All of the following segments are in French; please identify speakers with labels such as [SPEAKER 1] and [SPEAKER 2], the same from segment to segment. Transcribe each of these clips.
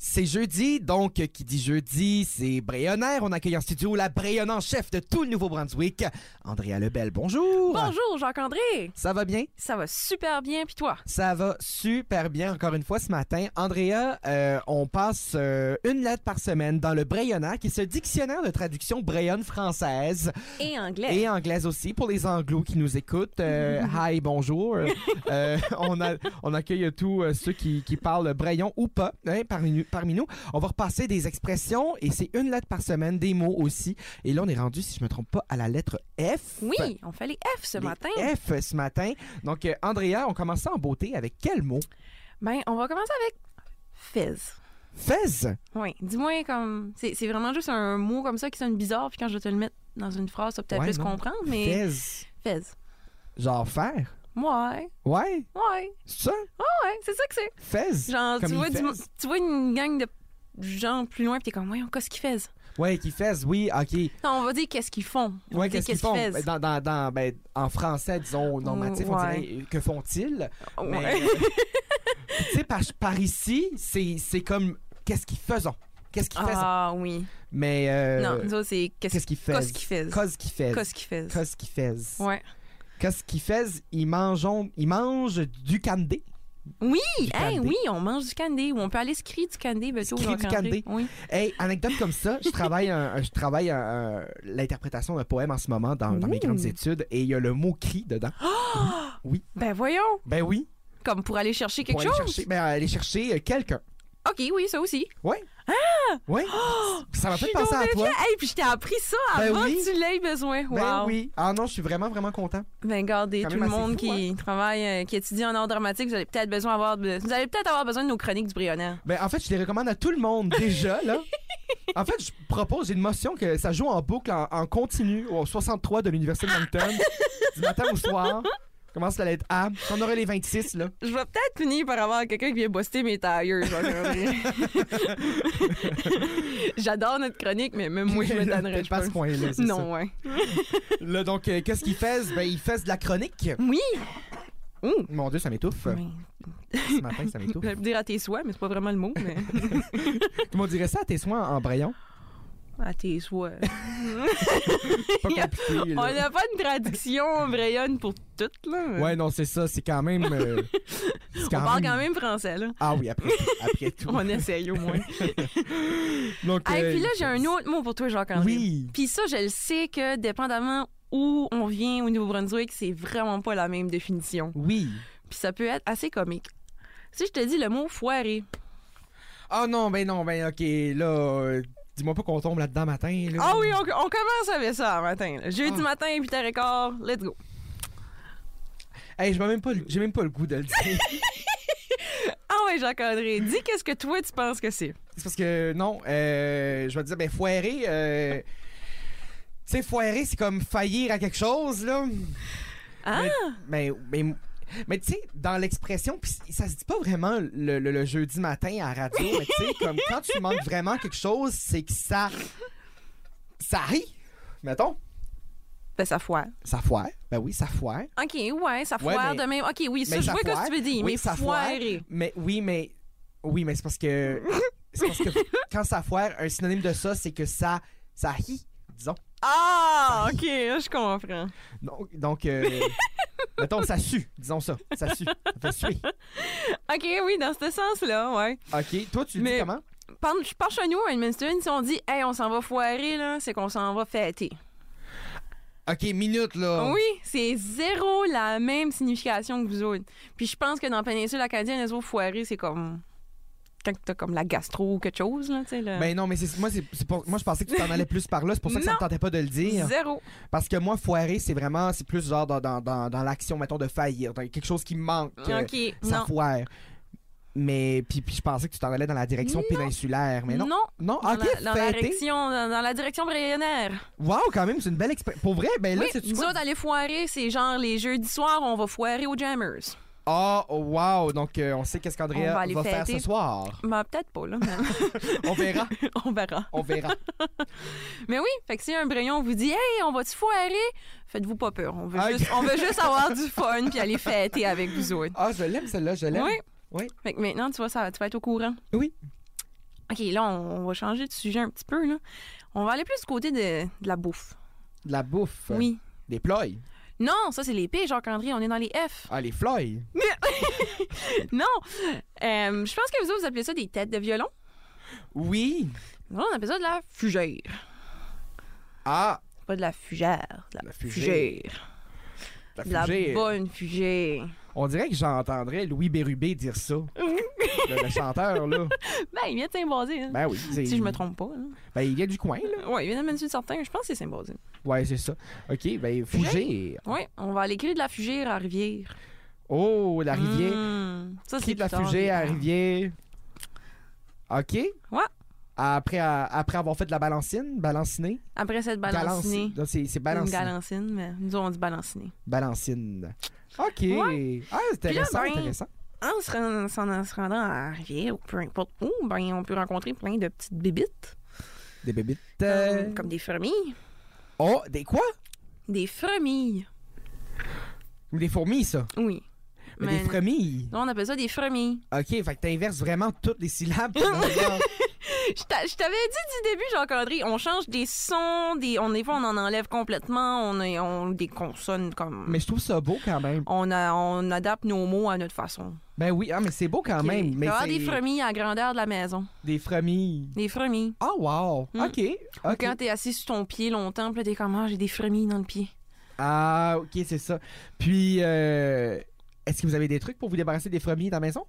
[SPEAKER 1] C'est jeudi, donc qui dit jeudi, c'est Brayonnaire. On accueille en studio la Brayonne en chef de tout le Nouveau-Brunswick, Andrea Lebel. Bonjour.
[SPEAKER 2] Bonjour Jacques-André.
[SPEAKER 1] Ça va bien?
[SPEAKER 2] Ça va super bien, puis toi?
[SPEAKER 1] Ça va super bien encore une fois ce matin. Andrea, euh, on passe euh, une lettre par semaine dans le Brayonnaire, qui est ce dictionnaire de traduction brayonne française
[SPEAKER 2] Et anglais.
[SPEAKER 1] et anglaise aussi pour les anglos qui nous écoutent. Euh,
[SPEAKER 2] Mm.
[SPEAKER 1] hi, bonjour. Euh, on, a, on accueille tous euh, ceux qui, qui parlent brayon ou pas hein, parmi, nous- parmi nous. On va repasser des expressions et c'est une lettre par semaine, des mots aussi. Et là, on est rendu, si je me trompe pas, à la lettre F.
[SPEAKER 2] Oui, on fait les F ce
[SPEAKER 1] Les
[SPEAKER 2] matin.
[SPEAKER 1] F ce matin. Donc, euh, Andrea, on commence ça en beauté avec quel mot?
[SPEAKER 2] Ben, on va commencer avec fizz.
[SPEAKER 1] Fez.
[SPEAKER 2] Oui, dis-moi comme... C'est c'est vraiment juste un mot comme ça qui sonne bizarre, puis quand je vais te le mettre dans une phrase, ça va peut-être
[SPEAKER 1] Ouais,
[SPEAKER 2] plus
[SPEAKER 1] non.
[SPEAKER 2] comprendre, mais
[SPEAKER 1] Fez.
[SPEAKER 2] fizz.
[SPEAKER 1] Genre faire.
[SPEAKER 2] Ouais,
[SPEAKER 1] Ouais,
[SPEAKER 2] ouais,
[SPEAKER 1] c'est ça?
[SPEAKER 2] ouais, c'est ça que c'est.
[SPEAKER 1] Fez.
[SPEAKER 2] Genre,
[SPEAKER 1] Comme
[SPEAKER 2] tu
[SPEAKER 1] il
[SPEAKER 2] vois, du
[SPEAKER 1] fez.
[SPEAKER 2] mo- tu vois une gang de gens plus loin, puis t'es comme, voyons, qu'est-ce qu'ils faisaient?
[SPEAKER 1] Ouais, qui fez, oui, ok.
[SPEAKER 2] Non, on va dire qu'est-ce qu'ils font. On va
[SPEAKER 1] Ouais,
[SPEAKER 2] dire
[SPEAKER 1] qu'est-ce qu'ils font?
[SPEAKER 2] faisaient.
[SPEAKER 1] Ben, Dans, dans, dans, ben, en français, disons, normatif, on
[SPEAKER 2] Ouais.
[SPEAKER 1] dirait euh, que font-ils? Mais,
[SPEAKER 2] Ouais.
[SPEAKER 1] euh, tu sais, par, par ici, c'est c'est comme qu'est-ce qu'ils faisons? Qu'est-ce qu'ils faisons?
[SPEAKER 2] Ah oui.
[SPEAKER 1] Mais. euh,
[SPEAKER 2] non, nous autres, c'est qu'est-ce
[SPEAKER 1] Qu'est-ce qu'ils faisaient?
[SPEAKER 2] qu'est-ce qu'ils faisaient.
[SPEAKER 1] Qu'est-ce qu'ils faisaient?
[SPEAKER 2] Qu'est-ce qu'ils faisaient.
[SPEAKER 1] Qu'est-ce qu'ils faisaient?
[SPEAKER 2] Ouais.
[SPEAKER 1] Qu'est-ce qu'ils faisaient? Ils mangent, ils mangent du candé.
[SPEAKER 2] Oui,
[SPEAKER 1] Du
[SPEAKER 2] hey,
[SPEAKER 1] candy.
[SPEAKER 2] oui, on mange du candy ou on peut aller se crier du candy, ben,
[SPEAKER 1] Se crier du candy.
[SPEAKER 2] Oui.
[SPEAKER 1] Hey, anecdote comme ça, je travaille, un- un- je travaille un- un- l'interprétation d'un poème en ce moment dans, dans mes
[SPEAKER 2] Ouh.
[SPEAKER 1] grandes études et il y a le mot cri dedans.
[SPEAKER 2] Ben voyons,
[SPEAKER 1] Ben oui.
[SPEAKER 2] comme pour aller chercher quelque
[SPEAKER 1] pour
[SPEAKER 2] chose.
[SPEAKER 1] aller chercher, ben, aller chercher euh, quelqu'un.
[SPEAKER 2] OK, oui, ça aussi.
[SPEAKER 1] Ouais. Ah! Ouais. ça m'a
[SPEAKER 2] Je
[SPEAKER 1] fait
[SPEAKER 2] suis
[SPEAKER 1] penser à
[SPEAKER 2] donc
[SPEAKER 1] toi.
[SPEAKER 2] bien- Hey, puis je t'ai appris ça
[SPEAKER 1] Ben
[SPEAKER 2] avant
[SPEAKER 1] oui.
[SPEAKER 2] que tu l'aies besoin.
[SPEAKER 1] Ben
[SPEAKER 2] wow.
[SPEAKER 1] oui. Ah non, je suis vraiment, vraiment content.
[SPEAKER 2] Ben regardez,
[SPEAKER 1] Quand
[SPEAKER 2] tout
[SPEAKER 1] même
[SPEAKER 2] le
[SPEAKER 1] assez
[SPEAKER 2] monde
[SPEAKER 1] fou, hein.
[SPEAKER 2] qui travaille, euh, qui étudie en art dramatique, vous allez peut-être besoin avoir, de- vous allez peut-être avoir besoin de nos chroniques du Brionnaire.
[SPEAKER 1] Ben, en fait, je les recommande à tout le monde déjà, là. En fait, je propose une motion que ça joue en boucle, en, en continu, au 63 de l'Université de Moncton, du matin au soir. Commence la lettre A. On aurait les 26, là.
[SPEAKER 2] Je vais peut-être finir par avoir quelqu'un qui vient boster mes tailleurs. Jacques-André. J'adore notre chronique, mais même moi, je me
[SPEAKER 1] Là,
[SPEAKER 2] donnerais
[SPEAKER 1] peut-être pas à ce point-là, c'est
[SPEAKER 2] Non, ouais.
[SPEAKER 1] ça. Là, donc, euh, qu'est-ce qu'ils faisent? Ben, ils faisent de la chronique.
[SPEAKER 2] Oui. Ben, Ouh.
[SPEAKER 1] Mon Dieu, ça m'étouffe.
[SPEAKER 2] Oui.
[SPEAKER 1] Ce matin, ça m'étouffe.
[SPEAKER 2] J'allais dire à tes souhaits, mais c'est pas vraiment le mot. Mais...
[SPEAKER 1] Comment on dirait ça à tes soins en braillon?
[SPEAKER 2] à tes souhaits.
[SPEAKER 1] Pas compliqué,
[SPEAKER 2] On
[SPEAKER 1] là.
[SPEAKER 2] n'a pas une traduction brayonne pour tout, là.
[SPEAKER 1] Ouais, non, c'est ça. C'est quand même. euh, c'est
[SPEAKER 2] On parle quand même français, là.
[SPEAKER 1] Ah oui, après, après tout.
[SPEAKER 2] On essaye au moins.
[SPEAKER 1] Donc,
[SPEAKER 2] Et
[SPEAKER 1] euh,
[SPEAKER 2] puis là, j'ai un autre mot pour toi, Jacques-André.
[SPEAKER 1] Oui.
[SPEAKER 2] Puis ça, je le sais que dépendamment où on vient au Nouveau-Brunswick, c'est vraiment pas la même définition.
[SPEAKER 1] Oui.
[SPEAKER 2] Puis ça peut être assez comique. Si je te dis le mot foiré,
[SPEAKER 1] Ah non, ben non, ben ok, là, euh, dis-moi pas qu'on tombe là-dedans matin. Là.
[SPEAKER 2] Ah oui, on, on commence avec ça matin. là. Jeudi
[SPEAKER 1] Ah.
[SPEAKER 2] matin, 8h15, let's go.
[SPEAKER 1] Hey, j'ai même, pas le- j'ai même pas le goût de le dire.
[SPEAKER 2] Ah ouais, Jacques-André, dis qu'est-ce que toi tu penses que c'est.
[SPEAKER 1] c'est parce que, non, euh, je vais te dire, ben foirer, euh, tu sais, foirer, c'est comme faillir à quelque chose, là.
[SPEAKER 2] Ah!
[SPEAKER 1] Mais, mais, mais, tu sais, dans l'expression, puis ça se dit pas vraiment le, le- le jeudi matin à la radio, mais tu sais, comme quand tu manques vraiment quelque chose, c'est que ça. Ça rit, mettons.
[SPEAKER 2] Ben, ça foire.
[SPEAKER 1] Ça foire. Ben oui, ça foire.
[SPEAKER 2] OK, ouais, ça
[SPEAKER 1] Ouais,
[SPEAKER 2] foire
[SPEAKER 1] mais-
[SPEAKER 2] de même. OK, oui, ça,
[SPEAKER 1] mais
[SPEAKER 2] je
[SPEAKER 1] ça
[SPEAKER 2] vois
[SPEAKER 1] foire.
[SPEAKER 2] ce que tu veux dire,
[SPEAKER 1] Oui,
[SPEAKER 2] mais
[SPEAKER 1] ça foire.
[SPEAKER 2] foirer.
[SPEAKER 1] Mais oui, mais oui, mais c'est parce que c'est parce que quand ça foire, un synonyme de ça, c'est que ça ça rit, disons.
[SPEAKER 2] Ah, OK, là, je comprends.
[SPEAKER 1] Donc donc euh, mettons ça sue, disons ça, ça sue, ça fait suer.
[SPEAKER 2] OK, oui, dans ce sens-là, ouais.
[SPEAKER 1] OK, toi tu le
[SPEAKER 2] Mais-
[SPEAKER 1] dis comment
[SPEAKER 2] Pense- Je pense chez nous, à Edmundston, si on dit « Hey, on s'en va foirer », là, c'est qu'on s'en va fêter.
[SPEAKER 1] OK, minute là.
[SPEAKER 2] Ah Oui, c'est zéro la même signification que vous autres. Puis je pense que dans la péninsule acadienne, les autres foirés, c'est comme... Quand t'as comme la gastro ou quelque chose, là, tu sais, là.
[SPEAKER 1] Ben non, mais c'est moi c'est c'est pour- moi je pensais que tu t'en allais plus par là, c'est pour ça que ça
[SPEAKER 2] Non.
[SPEAKER 1] me tentait pas de le dire
[SPEAKER 2] Zéro.
[SPEAKER 1] parce que moi foirer c'est vraiment c'est plus genre dans, dans, dans, dans l'action mettons de faillir, dans quelque chose qui manque. euh,
[SPEAKER 2] OK,
[SPEAKER 1] ça
[SPEAKER 2] non.
[SPEAKER 1] foire. Mais puis, puis je pensais que tu t'en allais dans la direction péninsulaire, mais non. Non,
[SPEAKER 2] Dans,
[SPEAKER 1] ok,
[SPEAKER 2] la, dans la
[SPEAKER 1] fêter.
[SPEAKER 2] direction, dans, dans la direction brayonnaire.
[SPEAKER 1] Wow, quand même, c'est une belle expérience. Pour vrai, ben là,
[SPEAKER 2] oui,
[SPEAKER 1] c'est tu
[SPEAKER 2] nous
[SPEAKER 1] quoi?
[SPEAKER 2] autres, aller foirer, c'est genre les jeudis soirs, on va foirer aux Jammers.
[SPEAKER 1] Ah, oh, wow, donc euh, on sait qu'est-ce
[SPEAKER 2] On
[SPEAKER 1] qu'Andrea
[SPEAKER 2] va
[SPEAKER 1] va,
[SPEAKER 2] aller
[SPEAKER 1] faire
[SPEAKER 2] fêter.
[SPEAKER 1] ce soir.
[SPEAKER 2] Ben, peut-être pas, là. mais
[SPEAKER 1] On verra,
[SPEAKER 2] on verra.
[SPEAKER 1] on verra.
[SPEAKER 2] Mais oui, fait que si un brayon vous dit, hey, on va-tu foirer? Faites-vous pas peur. On veut,
[SPEAKER 1] Ah,
[SPEAKER 2] juste, on veut juste avoir du fun puis aller fêter avec vous autres.
[SPEAKER 1] Ah, je l'aime celle-là, je l'aime.
[SPEAKER 2] Oui.
[SPEAKER 1] Oui.
[SPEAKER 2] Fait que maintenant, tu vois, ça, tu vas être au courant.
[SPEAKER 1] Oui.
[SPEAKER 2] OK, là, on, on va changer de sujet un petit peu. Là. On va aller plus du côté de, de la bouffe.
[SPEAKER 1] De la bouffe.
[SPEAKER 2] Oui.
[SPEAKER 1] Des ploys.
[SPEAKER 2] Non, ça, c'est les P, Jacques-André. On est dans les F.
[SPEAKER 1] Ah, les floys.
[SPEAKER 2] Non! Euh, je pense que vous autres, vous appelez ça des têtes de violon.
[SPEAKER 1] Oui.
[SPEAKER 2] Nous, on appelle ça de la fugère.
[SPEAKER 1] Ah,
[SPEAKER 2] Pas de la fugère, de la,
[SPEAKER 1] La fugère.
[SPEAKER 2] fugère.
[SPEAKER 1] la
[SPEAKER 2] De la
[SPEAKER 1] fugée.
[SPEAKER 2] bonne fugère.
[SPEAKER 1] On dirait que j'entendrais Louis Bérubé dire ça. le, le chanteur, là.
[SPEAKER 2] Ben, il vient de Saint-Basile.
[SPEAKER 1] Ben oui. c'est-
[SPEAKER 2] si je me trompe pas. là.
[SPEAKER 1] Ben, il vient du coin, là.
[SPEAKER 2] Ouais, il vient de Manchester certain. Je pense que c'est Saint-Basile.
[SPEAKER 1] Ouais, c'est ça. OK, ben, Fougé.
[SPEAKER 2] Oui, on va aller créer de la fugère à Rivière.
[SPEAKER 1] Oh, la rivière.
[SPEAKER 2] Mm. Ça,
[SPEAKER 1] Qui
[SPEAKER 2] c'est
[SPEAKER 1] de la
[SPEAKER 2] plus tard,
[SPEAKER 1] fugée à Rivière? OK?
[SPEAKER 2] Ouais.
[SPEAKER 1] Après, à- après avoir fait de la balancine, balancinée?
[SPEAKER 2] Après cette balancinée.
[SPEAKER 1] Galanci- non, C'est c'est
[SPEAKER 2] Une
[SPEAKER 1] balancine.
[SPEAKER 2] galancine, mais nous, on dit balancinée.
[SPEAKER 1] Balancine. OK.
[SPEAKER 2] Ouais.
[SPEAKER 1] Ah, c'est
[SPEAKER 2] Puis là,
[SPEAKER 1] intéressant,
[SPEAKER 2] ben,
[SPEAKER 1] intéressant.
[SPEAKER 2] En se, rend- en s'en- en se rendant à Rivière ou peu importe où, ben, on peut rencontrer plein de petites bébites,
[SPEAKER 1] Des bébites. Euh.
[SPEAKER 2] comme, comme des fourmis.
[SPEAKER 1] Oh, des quoi?
[SPEAKER 2] Des fourmis,
[SPEAKER 1] Des fourmis, ça.
[SPEAKER 2] oui.
[SPEAKER 1] Mais
[SPEAKER 2] Mais-
[SPEAKER 1] des fourmis.
[SPEAKER 2] Non, on appelle ça des fourmis.
[SPEAKER 1] OK, fait que t'inverses vraiment toutes les syllabes. pour qu'on regarde.
[SPEAKER 2] Je t'a- je t'avais dit du début, Jean-Candré, on change des sons, des, on, des fois on en enlève complètement, on, est- on des consonnes comme...
[SPEAKER 1] mais je trouve ça beau quand même.
[SPEAKER 2] On, a- on adapte nos mots à notre façon.
[SPEAKER 1] Ben oui, ah, mais c'est beau quand
[SPEAKER 2] Ok.
[SPEAKER 1] même.
[SPEAKER 2] Il
[SPEAKER 1] Mais
[SPEAKER 2] va y avoir
[SPEAKER 1] c'est-
[SPEAKER 2] des fourmis à la grandeur de la maison.
[SPEAKER 1] Des fourmis.
[SPEAKER 2] Des fourmis.
[SPEAKER 1] Ah, wow.
[SPEAKER 2] Mm.
[SPEAKER 1] OK.
[SPEAKER 2] Ou
[SPEAKER 1] OK.
[SPEAKER 2] Quand t'es assis sur ton pied longtemps, puis là, t'es comme, ah, j'ai des fourmis dans le pied.
[SPEAKER 1] Ah, OK, c'est ça. Puis, euh, est-ce que vous avez des trucs pour vous débarrasser des fourmis dans la maison?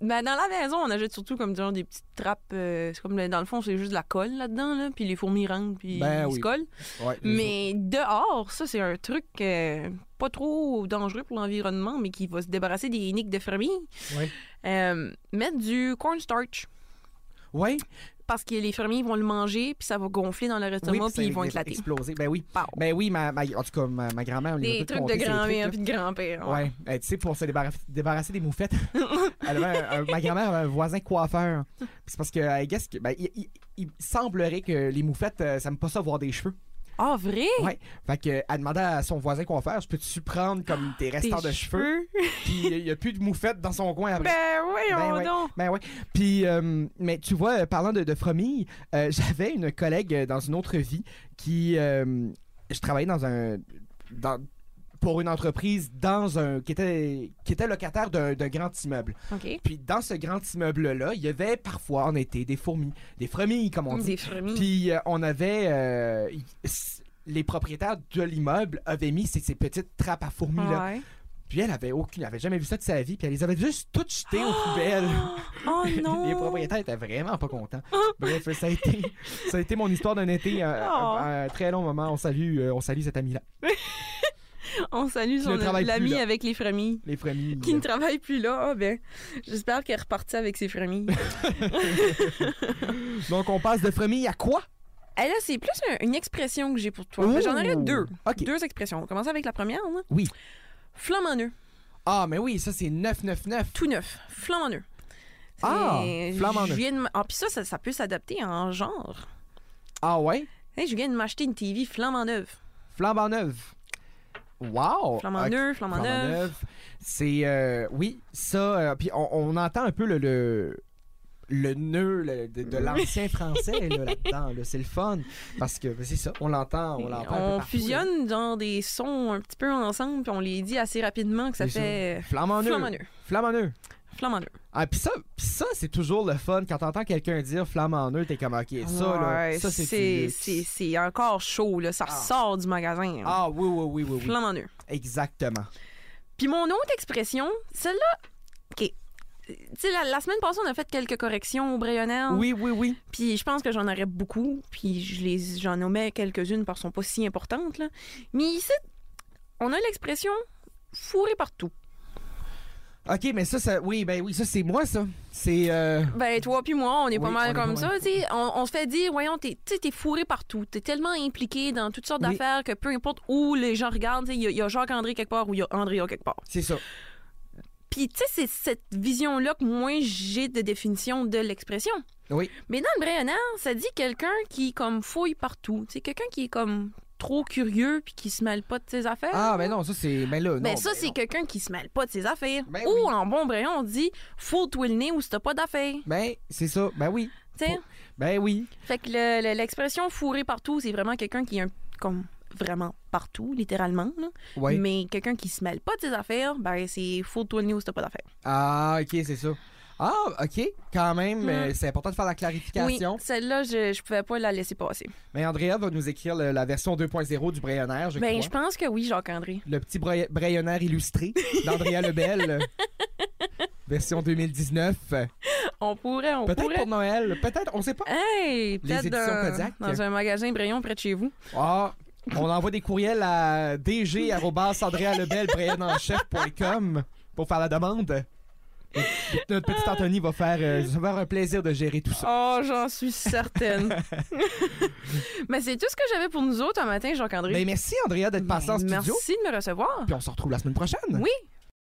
[SPEAKER 2] Ben, dans la maison, on ajoute surtout comme genre des petites trappes. euh, c'est comme le- dans le fond, c'est juste de la colle là-dedans, là, puis les fourmis rentrent, puis
[SPEAKER 1] Ben
[SPEAKER 2] ils
[SPEAKER 1] oui.
[SPEAKER 2] se collent.
[SPEAKER 1] Ouais.
[SPEAKER 2] Mais dehors, ça, c'est un truc euh, pas trop dangereux pour l'environnement, mais qui va se débarrasser des niques de fourmis.
[SPEAKER 1] Ouais.
[SPEAKER 2] Euh, mettre du cornstarch.
[SPEAKER 1] Ouais.
[SPEAKER 2] Parce que les fourmis vont le manger, puis ça va gonfler dans leur
[SPEAKER 1] Oui,
[SPEAKER 2] estomac,
[SPEAKER 1] ça
[SPEAKER 2] puis ils vont
[SPEAKER 1] ex-
[SPEAKER 2] éclater.
[SPEAKER 1] Exploser. Ben oui.
[SPEAKER 2] Pow.
[SPEAKER 1] Ben oui, ma, ma- en tout cas, ma, ma grand-mère, on lui a
[SPEAKER 2] Des
[SPEAKER 1] tout
[SPEAKER 2] trucs de
[SPEAKER 1] conté, ces
[SPEAKER 2] grand-mère,
[SPEAKER 1] trucs-là.
[SPEAKER 2] puis de grand-père.
[SPEAKER 1] Ouais, Euh, tu sais, pour se débarra- débarrasser des moufettes. Elle avait un- un- ma grand-mère avait un voisin coiffeur. Puis C'est parce que, I guess que- ben, il, il- il semblerait que les moufettes, euh, ça me pas ça voir des cheveux.
[SPEAKER 2] Ah, vrai?
[SPEAKER 1] Ouais. Fait que, elle demandait à son voisin coiffeur, je peux-tu prendre comme tes restants
[SPEAKER 2] Ah, Tes
[SPEAKER 1] de cheveux? Puis il n'y a plus de moufettes dans son coin après.
[SPEAKER 2] Ben oui,
[SPEAKER 1] Ben ouais.
[SPEAKER 2] donc.
[SPEAKER 1] Ben ouais. Puis, euh, mais tu vois, euh, parlant de, de fromille, euh, j'avais une collègue euh, dans une autre vie qui. euh, je travaillais dans un. dans- pour une entreprise dans un qui était qui était locataire d'un d'un grand immeuble.
[SPEAKER 2] OK.
[SPEAKER 1] Puis dans ce grand immeuble là, il y avait parfois en été des fourmis, des fourmis comme on dit.
[SPEAKER 2] Mmh, Des fourmis.
[SPEAKER 1] Puis euh, on avait euh, y- s- les propriétaires de l'immeuble avaient mis ces, ces petites trappes à fourmis là.
[SPEAKER 2] Ah Ouais.
[SPEAKER 1] Puis elle avait aucune, elle avait jamais vu ça de sa vie, puis elle les avait juste toutes jetées aux
[SPEAKER 2] Ah!
[SPEAKER 1] poubelles.
[SPEAKER 2] Oh non! Ah.
[SPEAKER 1] Les propriétaires étaient vraiment pas contents. Bref, ça a été, ça a été mon histoire d'un été, un,
[SPEAKER 2] Oh.
[SPEAKER 1] un- un très long moment. On salue, euh, on salue cet ami-là,
[SPEAKER 2] On salue
[SPEAKER 1] Qui
[SPEAKER 2] son
[SPEAKER 1] ne travaille plus,
[SPEAKER 2] l'ami
[SPEAKER 1] là.
[SPEAKER 2] avec les fourmis.
[SPEAKER 1] les familles.
[SPEAKER 2] Qui ne travaille plus là, Ah ben, j'espère qu'elle est repartie avec ses fourmis.
[SPEAKER 1] Donc on passe de famille à quoi
[SPEAKER 2] Eh là, c'est plus un- une expression que j'ai pour toi. Ben,
[SPEAKER 1] Ouh.
[SPEAKER 2] J'en aurais deux.
[SPEAKER 1] Oh! Ok.
[SPEAKER 2] Deux expressions. On commence avec la première. Là.
[SPEAKER 1] Oui.
[SPEAKER 2] Flamme en œuf.
[SPEAKER 1] Ah, mais oui, ça c'est 999.
[SPEAKER 2] Tout neuf. Flamme en œuf.
[SPEAKER 1] Ah,
[SPEAKER 2] C'est-
[SPEAKER 1] flamme en
[SPEAKER 2] je
[SPEAKER 1] œuf.
[SPEAKER 2] viens de m- Ah, puis ça, ça, ça peut s'adapter en genre.
[SPEAKER 1] Ah ouais,
[SPEAKER 2] Hey, je viens de m'acheter une TV flamme en œuf.
[SPEAKER 1] flambant neuf. Wow.
[SPEAKER 2] Flamme en
[SPEAKER 1] Oh, Ok.
[SPEAKER 2] œuf, flamme en
[SPEAKER 1] Flambant
[SPEAKER 2] œuf.
[SPEAKER 1] neuf. C'est euh, oui, ça. euh, puis on, on entend un peu le le, le nœud le- de, de l'ancien français là, là-dedans. là. c'est le fun parce que ben, c'est ça, on l'entend, on l'entend. un peu
[SPEAKER 2] On
[SPEAKER 1] partout, là.
[SPEAKER 2] fusionne dans des sons un petit peu ensemble, puis on les dit assez rapidement que ça
[SPEAKER 1] C'est
[SPEAKER 2] fait
[SPEAKER 1] Flamme en
[SPEAKER 2] flamme en
[SPEAKER 1] œuf.
[SPEAKER 2] œuf.
[SPEAKER 1] Flamme en œuf.
[SPEAKER 2] Flamme en œuf.
[SPEAKER 1] Ah, pis ça, pis ça c'est toujours le fun. Quand t'entends quelqu'un dire flamme en eux, t'es comme, ok, ça, là,
[SPEAKER 2] Ouais,
[SPEAKER 1] ça, c'est du
[SPEAKER 2] c'est
[SPEAKER 1] luxe.
[SPEAKER 2] c'est- c'est encore chaud, là. ça
[SPEAKER 1] Ah.
[SPEAKER 2] ressort du magasin. hein. là.
[SPEAKER 1] Ah, oui, oui, oui, oui, oui.
[SPEAKER 2] Flamme en œuf.
[SPEAKER 1] Exactement.
[SPEAKER 2] Puis mon autre expression, celle-là, OK. Tu sais, la, la semaine passée, on a fait quelques corrections au Brayonnel.
[SPEAKER 1] Oui, oui, oui.
[SPEAKER 2] Puis je pense que j'en aurais beaucoup. Puis je les- j'en nommais quelques-unes parce qu'elles sont pas si importantes. Là. Mais ici, on a l'expression fourré partout.
[SPEAKER 1] Ok, mais ça, ça, oui, ben oui, ça, c'est moi, ça. C'est, euh,
[SPEAKER 2] Ben, toi puis moi, on est pas
[SPEAKER 1] Oui, on
[SPEAKER 2] mal
[SPEAKER 1] est
[SPEAKER 2] comme
[SPEAKER 1] pas
[SPEAKER 2] ça.
[SPEAKER 1] mal.
[SPEAKER 2] tu sais. On, on se fait dire, voyons, t'es tu sais, t'es fourré partout. T'es tellement impliqué dans toutes sortes
[SPEAKER 1] Oui.
[SPEAKER 2] d'affaires que peu importe où les gens regardent, tu sais, il y, a- il y a Jacques-André quelque part ou il y a Andrea quelque part.
[SPEAKER 1] c'est ça.
[SPEAKER 2] Puis, tu sais, c'est cette vision-là que moi, j'ai de définition de l'expression.
[SPEAKER 1] Oui.
[SPEAKER 2] Mais dans le Brayonnard, ça dit quelqu'un qui, comme, fouille partout. C'est quelqu'un qui est, comme, trop curieux puis qui se mêle pas de ses affaires.
[SPEAKER 1] Ah, mais non, ça, c'est. Mais là, non.
[SPEAKER 2] Ben, ça,
[SPEAKER 1] ben
[SPEAKER 2] c'est
[SPEAKER 1] non.
[SPEAKER 2] quelqu'un qui se mêle pas de ses affaires.
[SPEAKER 1] Ben
[SPEAKER 2] ou
[SPEAKER 1] oui.
[SPEAKER 2] en bon brayon, on dit faut touer le nez ou si t'as pas d'affaires.
[SPEAKER 1] Ben, c'est ça. Ben oui.
[SPEAKER 2] Tu sais?
[SPEAKER 1] Ben oui.
[SPEAKER 2] Fait que le- le- l'expression fourré partout, c'est vraiment quelqu'un qui est un- comme vraiment partout, littéralement. là.
[SPEAKER 1] Ouais.
[SPEAKER 2] Mais quelqu'un qui se mêle pas de ses affaires, ben c'est faut touer le nez ou si t'as pas d'affaires.
[SPEAKER 1] Ah, ok, c'est ça. Ah, ok. Quand même,
[SPEAKER 2] Mm.
[SPEAKER 1] euh, c'est important de faire la
[SPEAKER 2] Oui,
[SPEAKER 1] clarification.
[SPEAKER 2] celle-là, je, je pouvais pas la laisser passer.
[SPEAKER 1] Mais Andrea va nous écrire le- la version 2.0 du Brayonnaire, je
[SPEAKER 2] Ben,
[SPEAKER 1] crois.
[SPEAKER 2] je pense que oui, Jacques-André.
[SPEAKER 1] Le petit bray- Brayonnaire illustré d'Andrea Lebel. version 2019.
[SPEAKER 2] On pourrait, on
[SPEAKER 1] Peut-être
[SPEAKER 2] pourrait.
[SPEAKER 1] pour Noël. Peut-être, on sait pas.
[SPEAKER 2] Hey,
[SPEAKER 1] Les
[SPEAKER 2] peut-être
[SPEAKER 1] éditions
[SPEAKER 2] dans,
[SPEAKER 1] Kodiak.
[SPEAKER 2] dans un magasin Brayon près de chez vous.
[SPEAKER 1] Ah, on envoie des courriels à dg@andrealebel-brayonnenchef.com pour faire la demande. Et- et Notre petit Anthony va faire, euh, ça va faire un plaisir de gérer tout ça.
[SPEAKER 2] Oh, j'en suis certaine. Mais c'est tout ce que j'avais pour nous autres un matin, Jacques-André.
[SPEAKER 1] Ben, merci Ben, Andrea d'être passé en studio.
[SPEAKER 2] Merci de me recevoir.
[SPEAKER 1] Puis on se retrouve la semaine prochaine.
[SPEAKER 2] Oui,